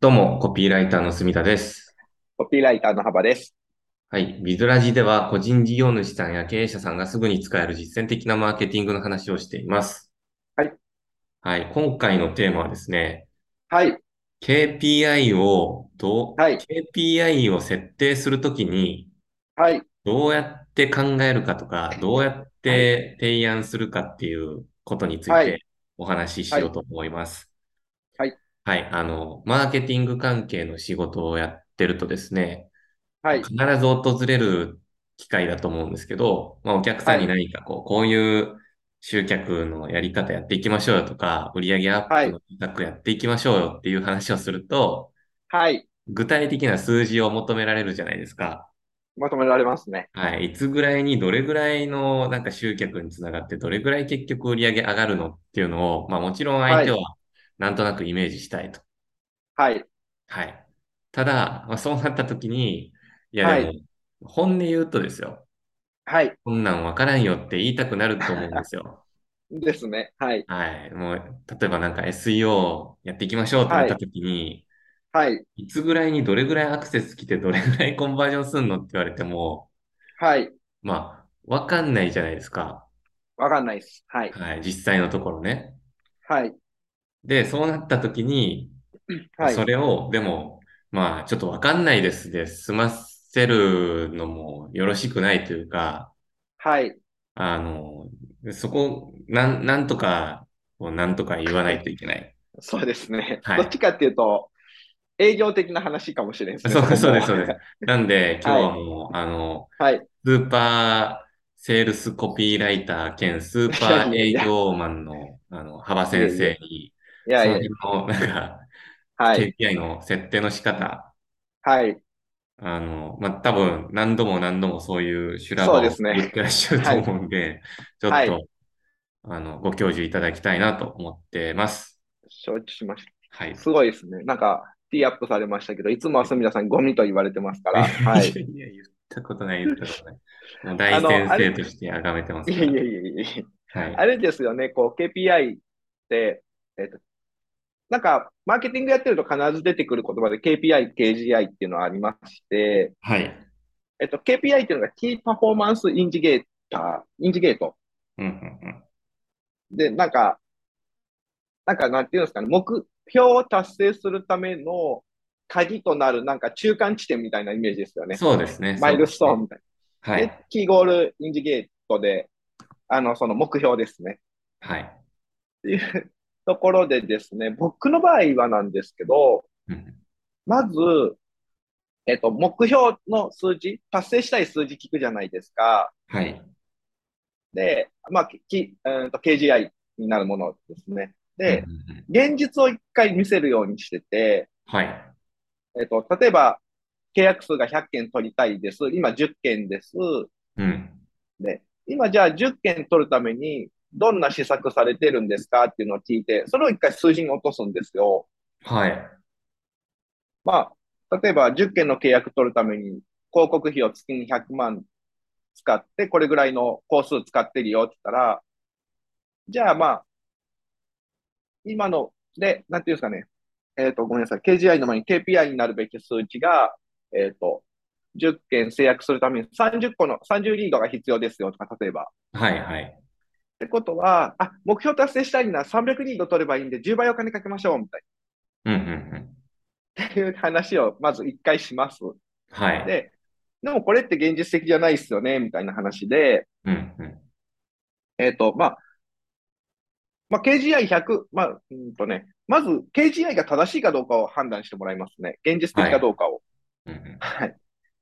どうも、コピーライターの住田です。コピーライターの幅です。はい。ビズラジでは、個人事業主さんや経営者さんがすぐに使える実践的なマーケティングの話をしています。はい。はい。今回のテーマはですね、はい。 KPI をどう、はい KPI を設定するときに、はい。どうやって考えるかとか、どうやって提案するかっていうことについはていお話ししようと思います。はい。はい。あの、マーケティング関係の仕事をやってるとですね、はい。必ず訪れる機会だと思うんですけど、まあ、お客さんに何かこう、こういう集客のやり方やっていきましょうよとか、売上アップの企画やっていきましょうよっていう話をすると、はい。具体的な数字を求められるじゃないですか。まとめられますね。はい。いつぐらいにどれぐらいのなんか集客につながって、どれぐらい結局売り上げ上がるのっていうのを、まあもちろん相手はなんとなくイメージしたいと。はい。はい。ただ、まあ、そうなった時に、いやでも、は本音言うとですよ。はい。こんなんわからんよって言いたくなると思うんです よ。ですね。はい。はい。もう、例えばなんか SEO やっていきましょうってなった時に、はい。いつぐらいにどれぐらいアクセス来て、どれぐらいコンバージョンすんのって言われても、はい。まあ、わかんないじゃないですか。わかんないです。はい。はい、実際のところね。はい。で、そうなった時に、はいそ。れを、でも、まあ、ちょっとわかんないですで済ませるのもよろしくないというか、はい。あの、そこ、なん、なんとか、こうなんとか言わないといけない。そうですね。はいどっちかっていうと、営業的な話かもしれないですね。そうここもそうです、そうです。なんで、今日はもう、あの、はい。スーパーセールスコピーライター兼スーパー営業マンの、あの、幅先生に、いそやいのや辺、の、なんか、はい。 KPI の設定の仕方、はい。あの、まあ、多分何度も何度もそういう修羅場そをうですね言ってらっしゃるとはい思うんで、ちょっと、はいあの、ご教授いただきたいなと思ってます。承知しましはいた。。すごいですね。なんか、ティーアップされましたけど、いつもはすみださんゴミと言われてますから。 はいい。やいや、言ったことない、言ったことない。もう大先生として崇めてますいかやら。いやいやいや。はい。あれですよね、こう KPI って、えっと、なんか、マーケティングやってると必ず出てくる言葉で KPI、KGI っていうのはありまして、はい。えっと、KPI っていうのが Key Performance Indicator、インジゲート。うんうんで、なんか、なんか、なんていうんですかね、目標を達成するための鍵となる、なんか中間地点みたいなイメージですようん。ね。そうですね。マイルストーンそうみたいですな。ね。はい。で、キーゴールインジゲートで、あの、その目標ですね。はい。っていうところでですね、僕の場合はなんですけど、うんまず、えっと、目標の数字、達成したい数字聞くじゃないですか。はい。で、まあ、き、うんと、KGI になるものですね。でう、んうんうん現実を一回見せるようにしてて、はい。えっと、例えば、契約数が100件取りたいです。今10件です。うん。で、今じゃあ10件取るために、どんな施策されてるんですかっていうのを聞いて、それを一回数字に落とすんですよ。はい。まあ、例えば10件の契約取るために、広告費を月に100万使って、これぐらいの工数使ってるよって言ったら、じゃあまあ、今の、で、なんていうんですかね、えっ、と、ごめんなさい、KGI の前に KPI になるべき数値が、えっ、と、10件制約するために30個の、30リードが必要ですよとか、例えば。はい。はい。ってことは、あ、目標達成したいなら300リード取ればいいんで、10倍お金かけましょう、みたいうんうんうん。なっていう話をまず1回します。はい。で、でもこれって現実的じゃないっすよね、みたいな話で、うんうん。えっ、と、まあ、まあ、KGI100、まあ、うーんとね、まず KGI が正しいかどうかを判断してもらいますね。現実的かどうかを。うんうんはい。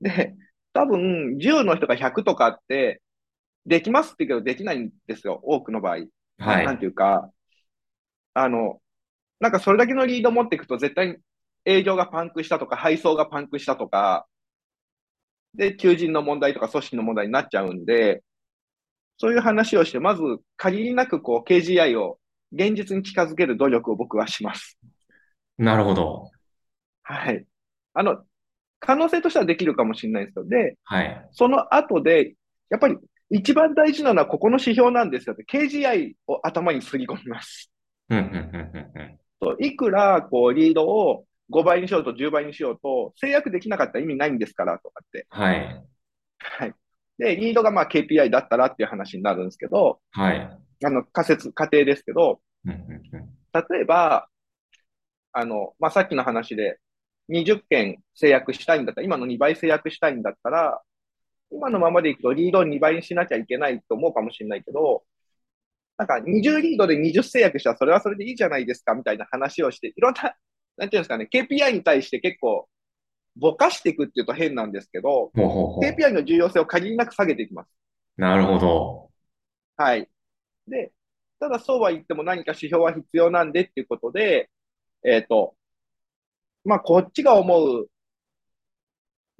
で、多分、10の人が100とかって、できますって言うけど、できないんですよ。多くの場合。はなんい。ていうか、あの、なんかそれだけのリード持っていくと絶対に営業がパンクしたとか、配送がパンクしたとか、で、求人の問題とか組織の問題になっちゃうんで、そういう話をして、まず限りなくこう KGI を現実に近づける努力を僕はします。なるほど。はい。あの、可能性としてはできるかもしれないですけど、で、はい。その後で、やっぱり一番大事なのはここの指標なんですよって、KGI を頭にすり込みます。うんうんうんうんうん。そういくら、こう、リードを5倍にしようと10倍にしようと、制約できなかったら意味ないんですから、とかって。はい。はい。で、リードがまあ KPI だったらっていう話になるんですけど、はい。あの、仮説、仮定ですけど、うんうんうん例えば、あの、まあ、さっきの話で、20件制約したいんだったら、今の2倍制約したいんだったら、今のままでいくとリードを2倍にしなきゃいけないと思うかもしれないけど、なんか20リードで20制約したらそれはそれでいいじゃないですかみたいな話をして、いろんな、なんていうんですかね、KPI に対して結構ぼかしていくっていうと変なんですけど、ほうほうほう。 KPI の重要性を限りなく下げていきます。なるほど。はい。で、ただそうは言っても何か指標は必要なんでっていうことで、えっと、まあ、こっちが思う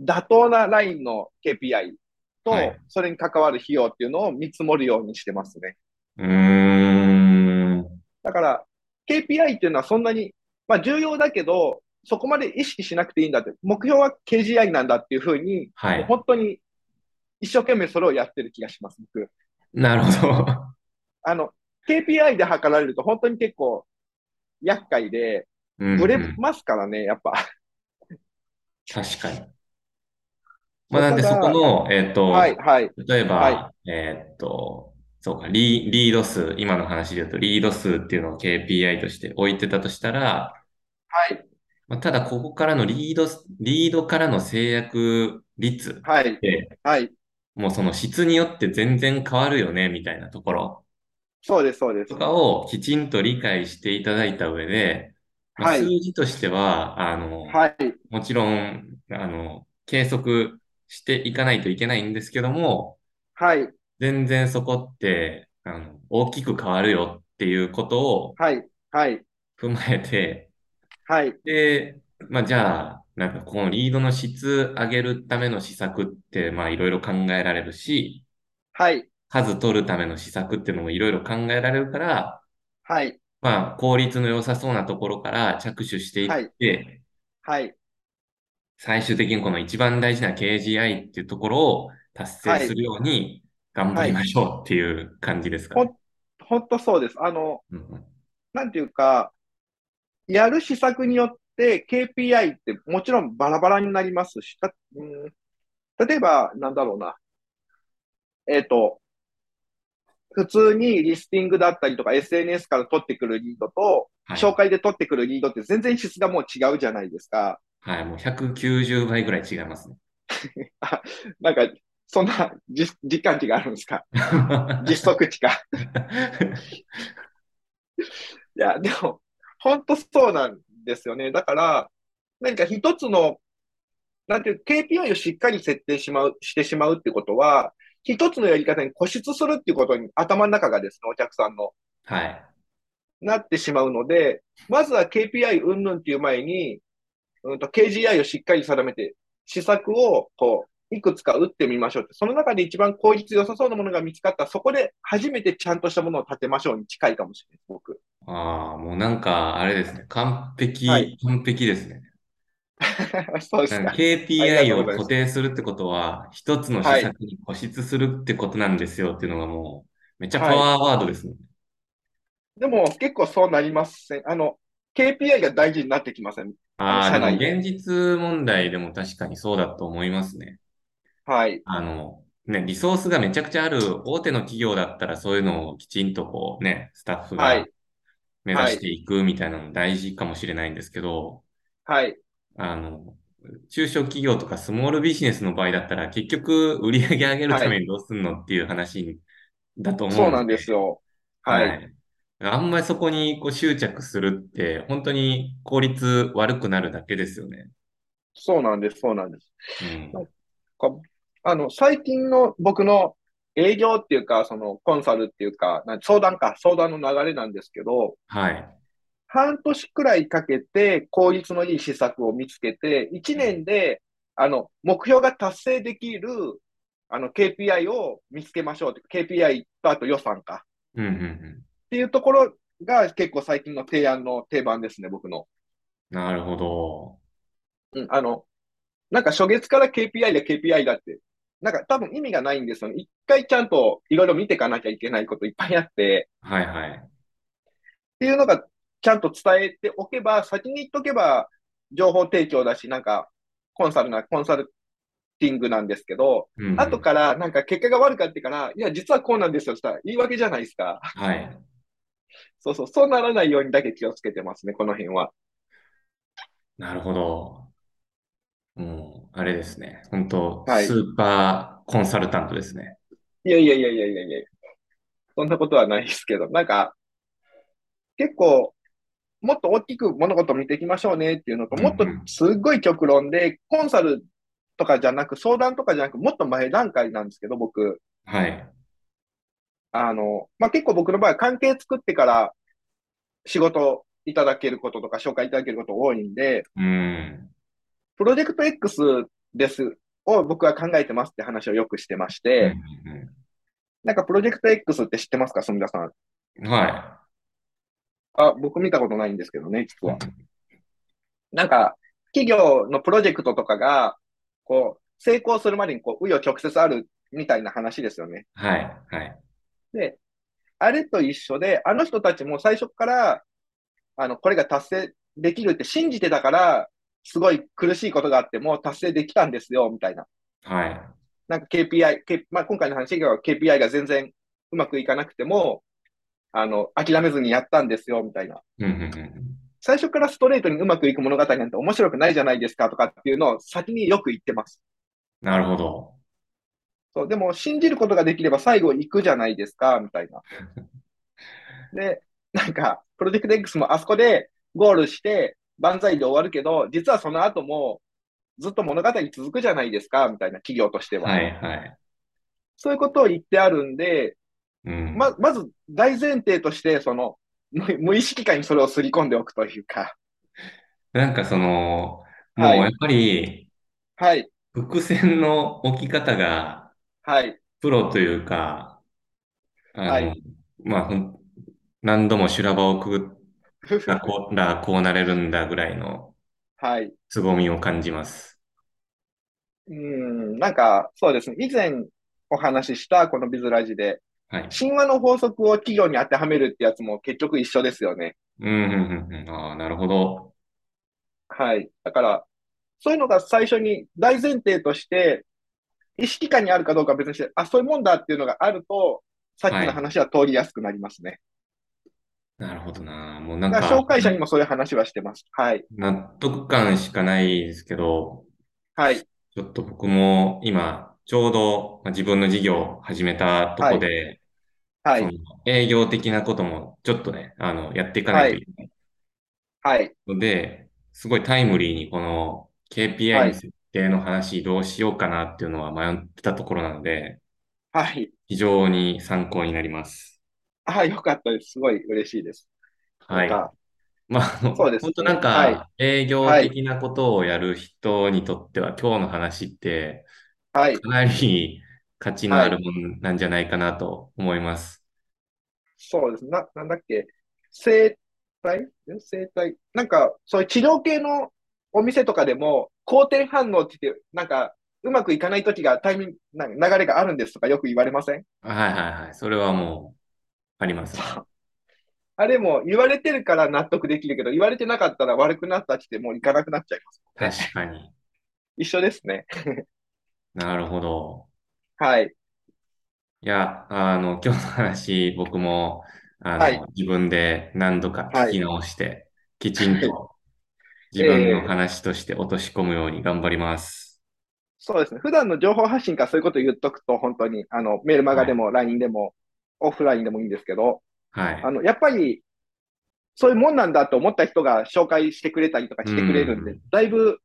妥当なラインの KPI とはい、それに関わる費用っていうのを見積もるようにしてますね。うーん。だから、KPI っていうのはそんなに、まあ、重要だけど、そこまで意識しなくていいんだって、目標は KGI なんだっていうふうに、はい。本当に一生懸命それをやってる気がします、僕。なるほど。 あの、KPI で測られると本当に結構厄介で、うんうんブレますからね、やっぱ。確かに。 まあ、なんでそこの、えっと、はい、はい、例えば、はえーっと、そうか、リ、リード数、今の話で言うと、リード数っていうのを KPI として置いてたとしたら、はい、まあ、ただここからのリード、リードからの制約率っはい、て、はい。もうその質によって全然変わるよね、みたいなところそうです、そうですと。かをきちんと理解していただいた上で、まあはい数字としては、あの、はい、もちろん、あの、計測していかないといけないんですけども、はい、全然そこって、あの、大きく変わるよっていうことをはい、はい、踏まえて、はい、で、まあじゃあ、なんかこのリードの質上げるための施策って、まあいろいろ考えられるし、はい、数取るための施策っていうのもいろいろ考えられるから、はい、まあ効率の良さそうなところから着手していって、はい、最終的にこの一番大事な KGI っていうところを達成するように頑張りましょうっていう感じですかね。本当そうです。あの、うんうんなんていうか、やる施策によって KPI ってもちろんバラバラになりますし、たうん例えば、なんだろうな。えっ、と、普通にリスティングだったりとか SNS から取ってくるリードと、はい紹介で取ってくるリードって全然質がもう違うじゃないですか。はい、もう190倍ぐらい違いますね。 なんか、そんな実実感値があるんですか実測値か。いや、でも、本当そうなんですよね。だから、何か一つの、なんていう、KPI をしっかり設定しまう、してしまうってことは、一つのやり方に固執するっていうことに頭の中がですね、お客さんの、はい、なってしまうので、まずは KPI 云々っていう前に、うんと、KGI をしっかり定めて、施策を、こう、いくつか打ってみましょうって、その中で一番効率良さそうなものが見つかったら、そこで初めてちゃんとしたものを立てましょうに近いかもしれない、僕。 ああ、もうなんか、あれですね。完璧、はい完璧ですね。そうですなんかか。KPI ありがとうをございます固定するってことは、一つの施策に固執するってことなんですよっていうのがもう、めっちゃパワーワードですね。でも結構そうなりません。あの、KPI が大事になってきません。ああ、社でも内現実問題でも確かにそうだと思いますね。はい。あの、ね、リソースがめちゃくちゃある大手の企業だったら、そういうのをきちんとこうね、スタッフがはい目指していくみたいなの大事かもしれないんですけど、はい。あの、中小企業とかスモールビジネスの場合だったら、結局売り上げ上げるためにどうすんのっていう話だと思うそうのなんですよ。は。はいい。あんまりそこにこう執着するって、本当に効率悪くなるだけですよね。そうなんです。そうなんです。うん。かあの、最近の僕の営業っていうか、そのコンサルっていうか、な相談か、相談の流れなんですけど、はい。半年くらいかけて効率のいい施策を見つけて、1年で、あの、目標が達成できる、あの、KPI を見つけましょうって。KPI とあと予算か。うんうんうん。っていうところが結構最近の提案の定番ですね、僕の。なるほど。うん、あの、なんか初月から KPI だ KPI だって、なんか多分意味がないんですよね。一回ちゃんといろいろ見ていかなきゃいけないこといっぱいあって、はいはい。っていうのがちゃんと伝えておけば、先に言っとけば、情報提供だし、なんか、コンサルな、コンサルティングなんですけど、うんうん後から、なんか結果が悪かったから、いや、実はこうなんですよ、したら言い訳じゃないですか。 はい。そうそう、そうならないようにだけ気をつけてますね、この辺は。なるほど。もう、あれですね。本当、はいスーパーコンサルタントですね。いやいやいやいやいやいやそんなことはないですけど、なんか、結構、もっと大きく物事を見ていきましょうねっていうのと、うんうもんっとすっごい極論で、コンサルとかじゃなく、相談とかじゃなく、もっと前段階なんですけど、僕、はい。あの、まあ、結構僕の場合は関係作ってから仕事いただけることとか、紹介いただけること多いんで、うん。プロジェクト X ですを僕は考えてますって話をよくしてましうんて、うんなんかプロジェクト X って知ってますか、すみださん。うんはあ、僕見たことないんですけどね、実いは。。なんか、企業のプロジェクトとかが、こう、成功するまでに、こう、紆余曲折あるみたいな話ですよね。はい。はい。で、あれと一緒で、あの人たちも最初から、あの、これが達成できるって信じてたから、すごい苦しいことがあっても達成できたんですよ、みたいな。はい。なんか KPI、K まあ、今回の話が KPI が全然うまくいかなくても、あの、諦めずにやったんですよ、みたいな。うんうんうん最初からストレートにうまくいく物語なんて面白くないじゃないですかとかっていうのを先によく言ってます。なるほど。そう、でも信じることができれば最後行くじゃないですか、みたいな。で、なんか、プロジェクト X もあそこでゴールして万歳で終わるけど、実はその後もずっと物語続くじゃないですか、みたいな企業としては。はい。はい。そういうことを言ってあるんで、うん。ま、まず大前提として、その、無無意識化にそれをすり込んでおくというか。なんかその、もうはいやっぱり、はい、伏線の置き方が、はい、プロというか、あの、はいまあ、ほん何度も修羅場をくぐったこら、こうなれるんだぐらいのはい。凄みを感じます。うん、なんか、そうですね。以前お話しした、このビズラジで、はい。神話の法則を企業に当てはめるってやつも結局一緒ですよね。うん、うん、うんうん。ああ、なるほど。はい。だから、そういうのが最初に大前提として、意識下にあるかどうかは別にして、あ、そういうもんだっていうのがあると、さっきの話は通りやすくなりますね。なるほどな。もうなんだからか、紹介者にもそういう話はしてます。はい。納得感しかないですけど、はい。ちょっと僕も今、ちょうどまあ自分の事業を始めたとこで、はい。その営業的なこともちょっとね、あの、やっていかないといけない。はい。ので、すごいタイムリーにこのは KPI いの設定の話どうしようかなっていうのは迷ってたところなので、はい。非常に参考になります。あ、よかったです。すごい嬉しいです。はい。なんかまあ、あのそうですね本当なんか、は営業的なことをやる人にとっては、今日の話ってはい。かなり価値のあるもんなんじゃないかなと思います。そうです。な、なんだっけ、生体え生体なんか、そういう治療系のお店とかでも、好転反応って言って、なんか、うまくいかない時がタイミング、なんか流れがあるんですとかよく言われませんはいはいはい。それはもう、ありますね。あれも言われてるから納得できるけど、言われてなかったら悪くなったって言ってもういかなくなっちゃいます。確かに。一緒ですね。なるほど。はい。いや、あの、今日の話、僕も、あの、はい自分で何度か聞き直して、きちんと自ええ分の話として落とし込むように頑張ります。そうですね。普段の情報発信からそういうこと言っとくと、本当に、あの、メールマガでも LINE でも、オフラインでもいいんですけど、はい。あの、やっぱり、そういうもんなんだと思った人が紹介してくれたりとかしてくれるんで、うんだいぶ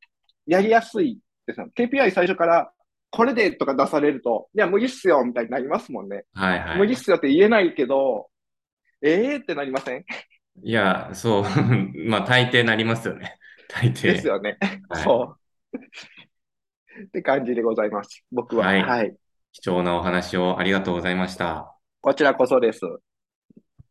やりやすいですよ。KPI 最初から、これでとか出されると、いや、無理っすよ、みたいになりますもんね。はいはい。無理っすよって言えないけど、ええーってなりませんいや、そう、 まあ、大抵なりますよね。大抵。ですよね。はいそう。って感じでございます。僕は。はいはい。貴重なお話をありがとうございました。こちらこそです。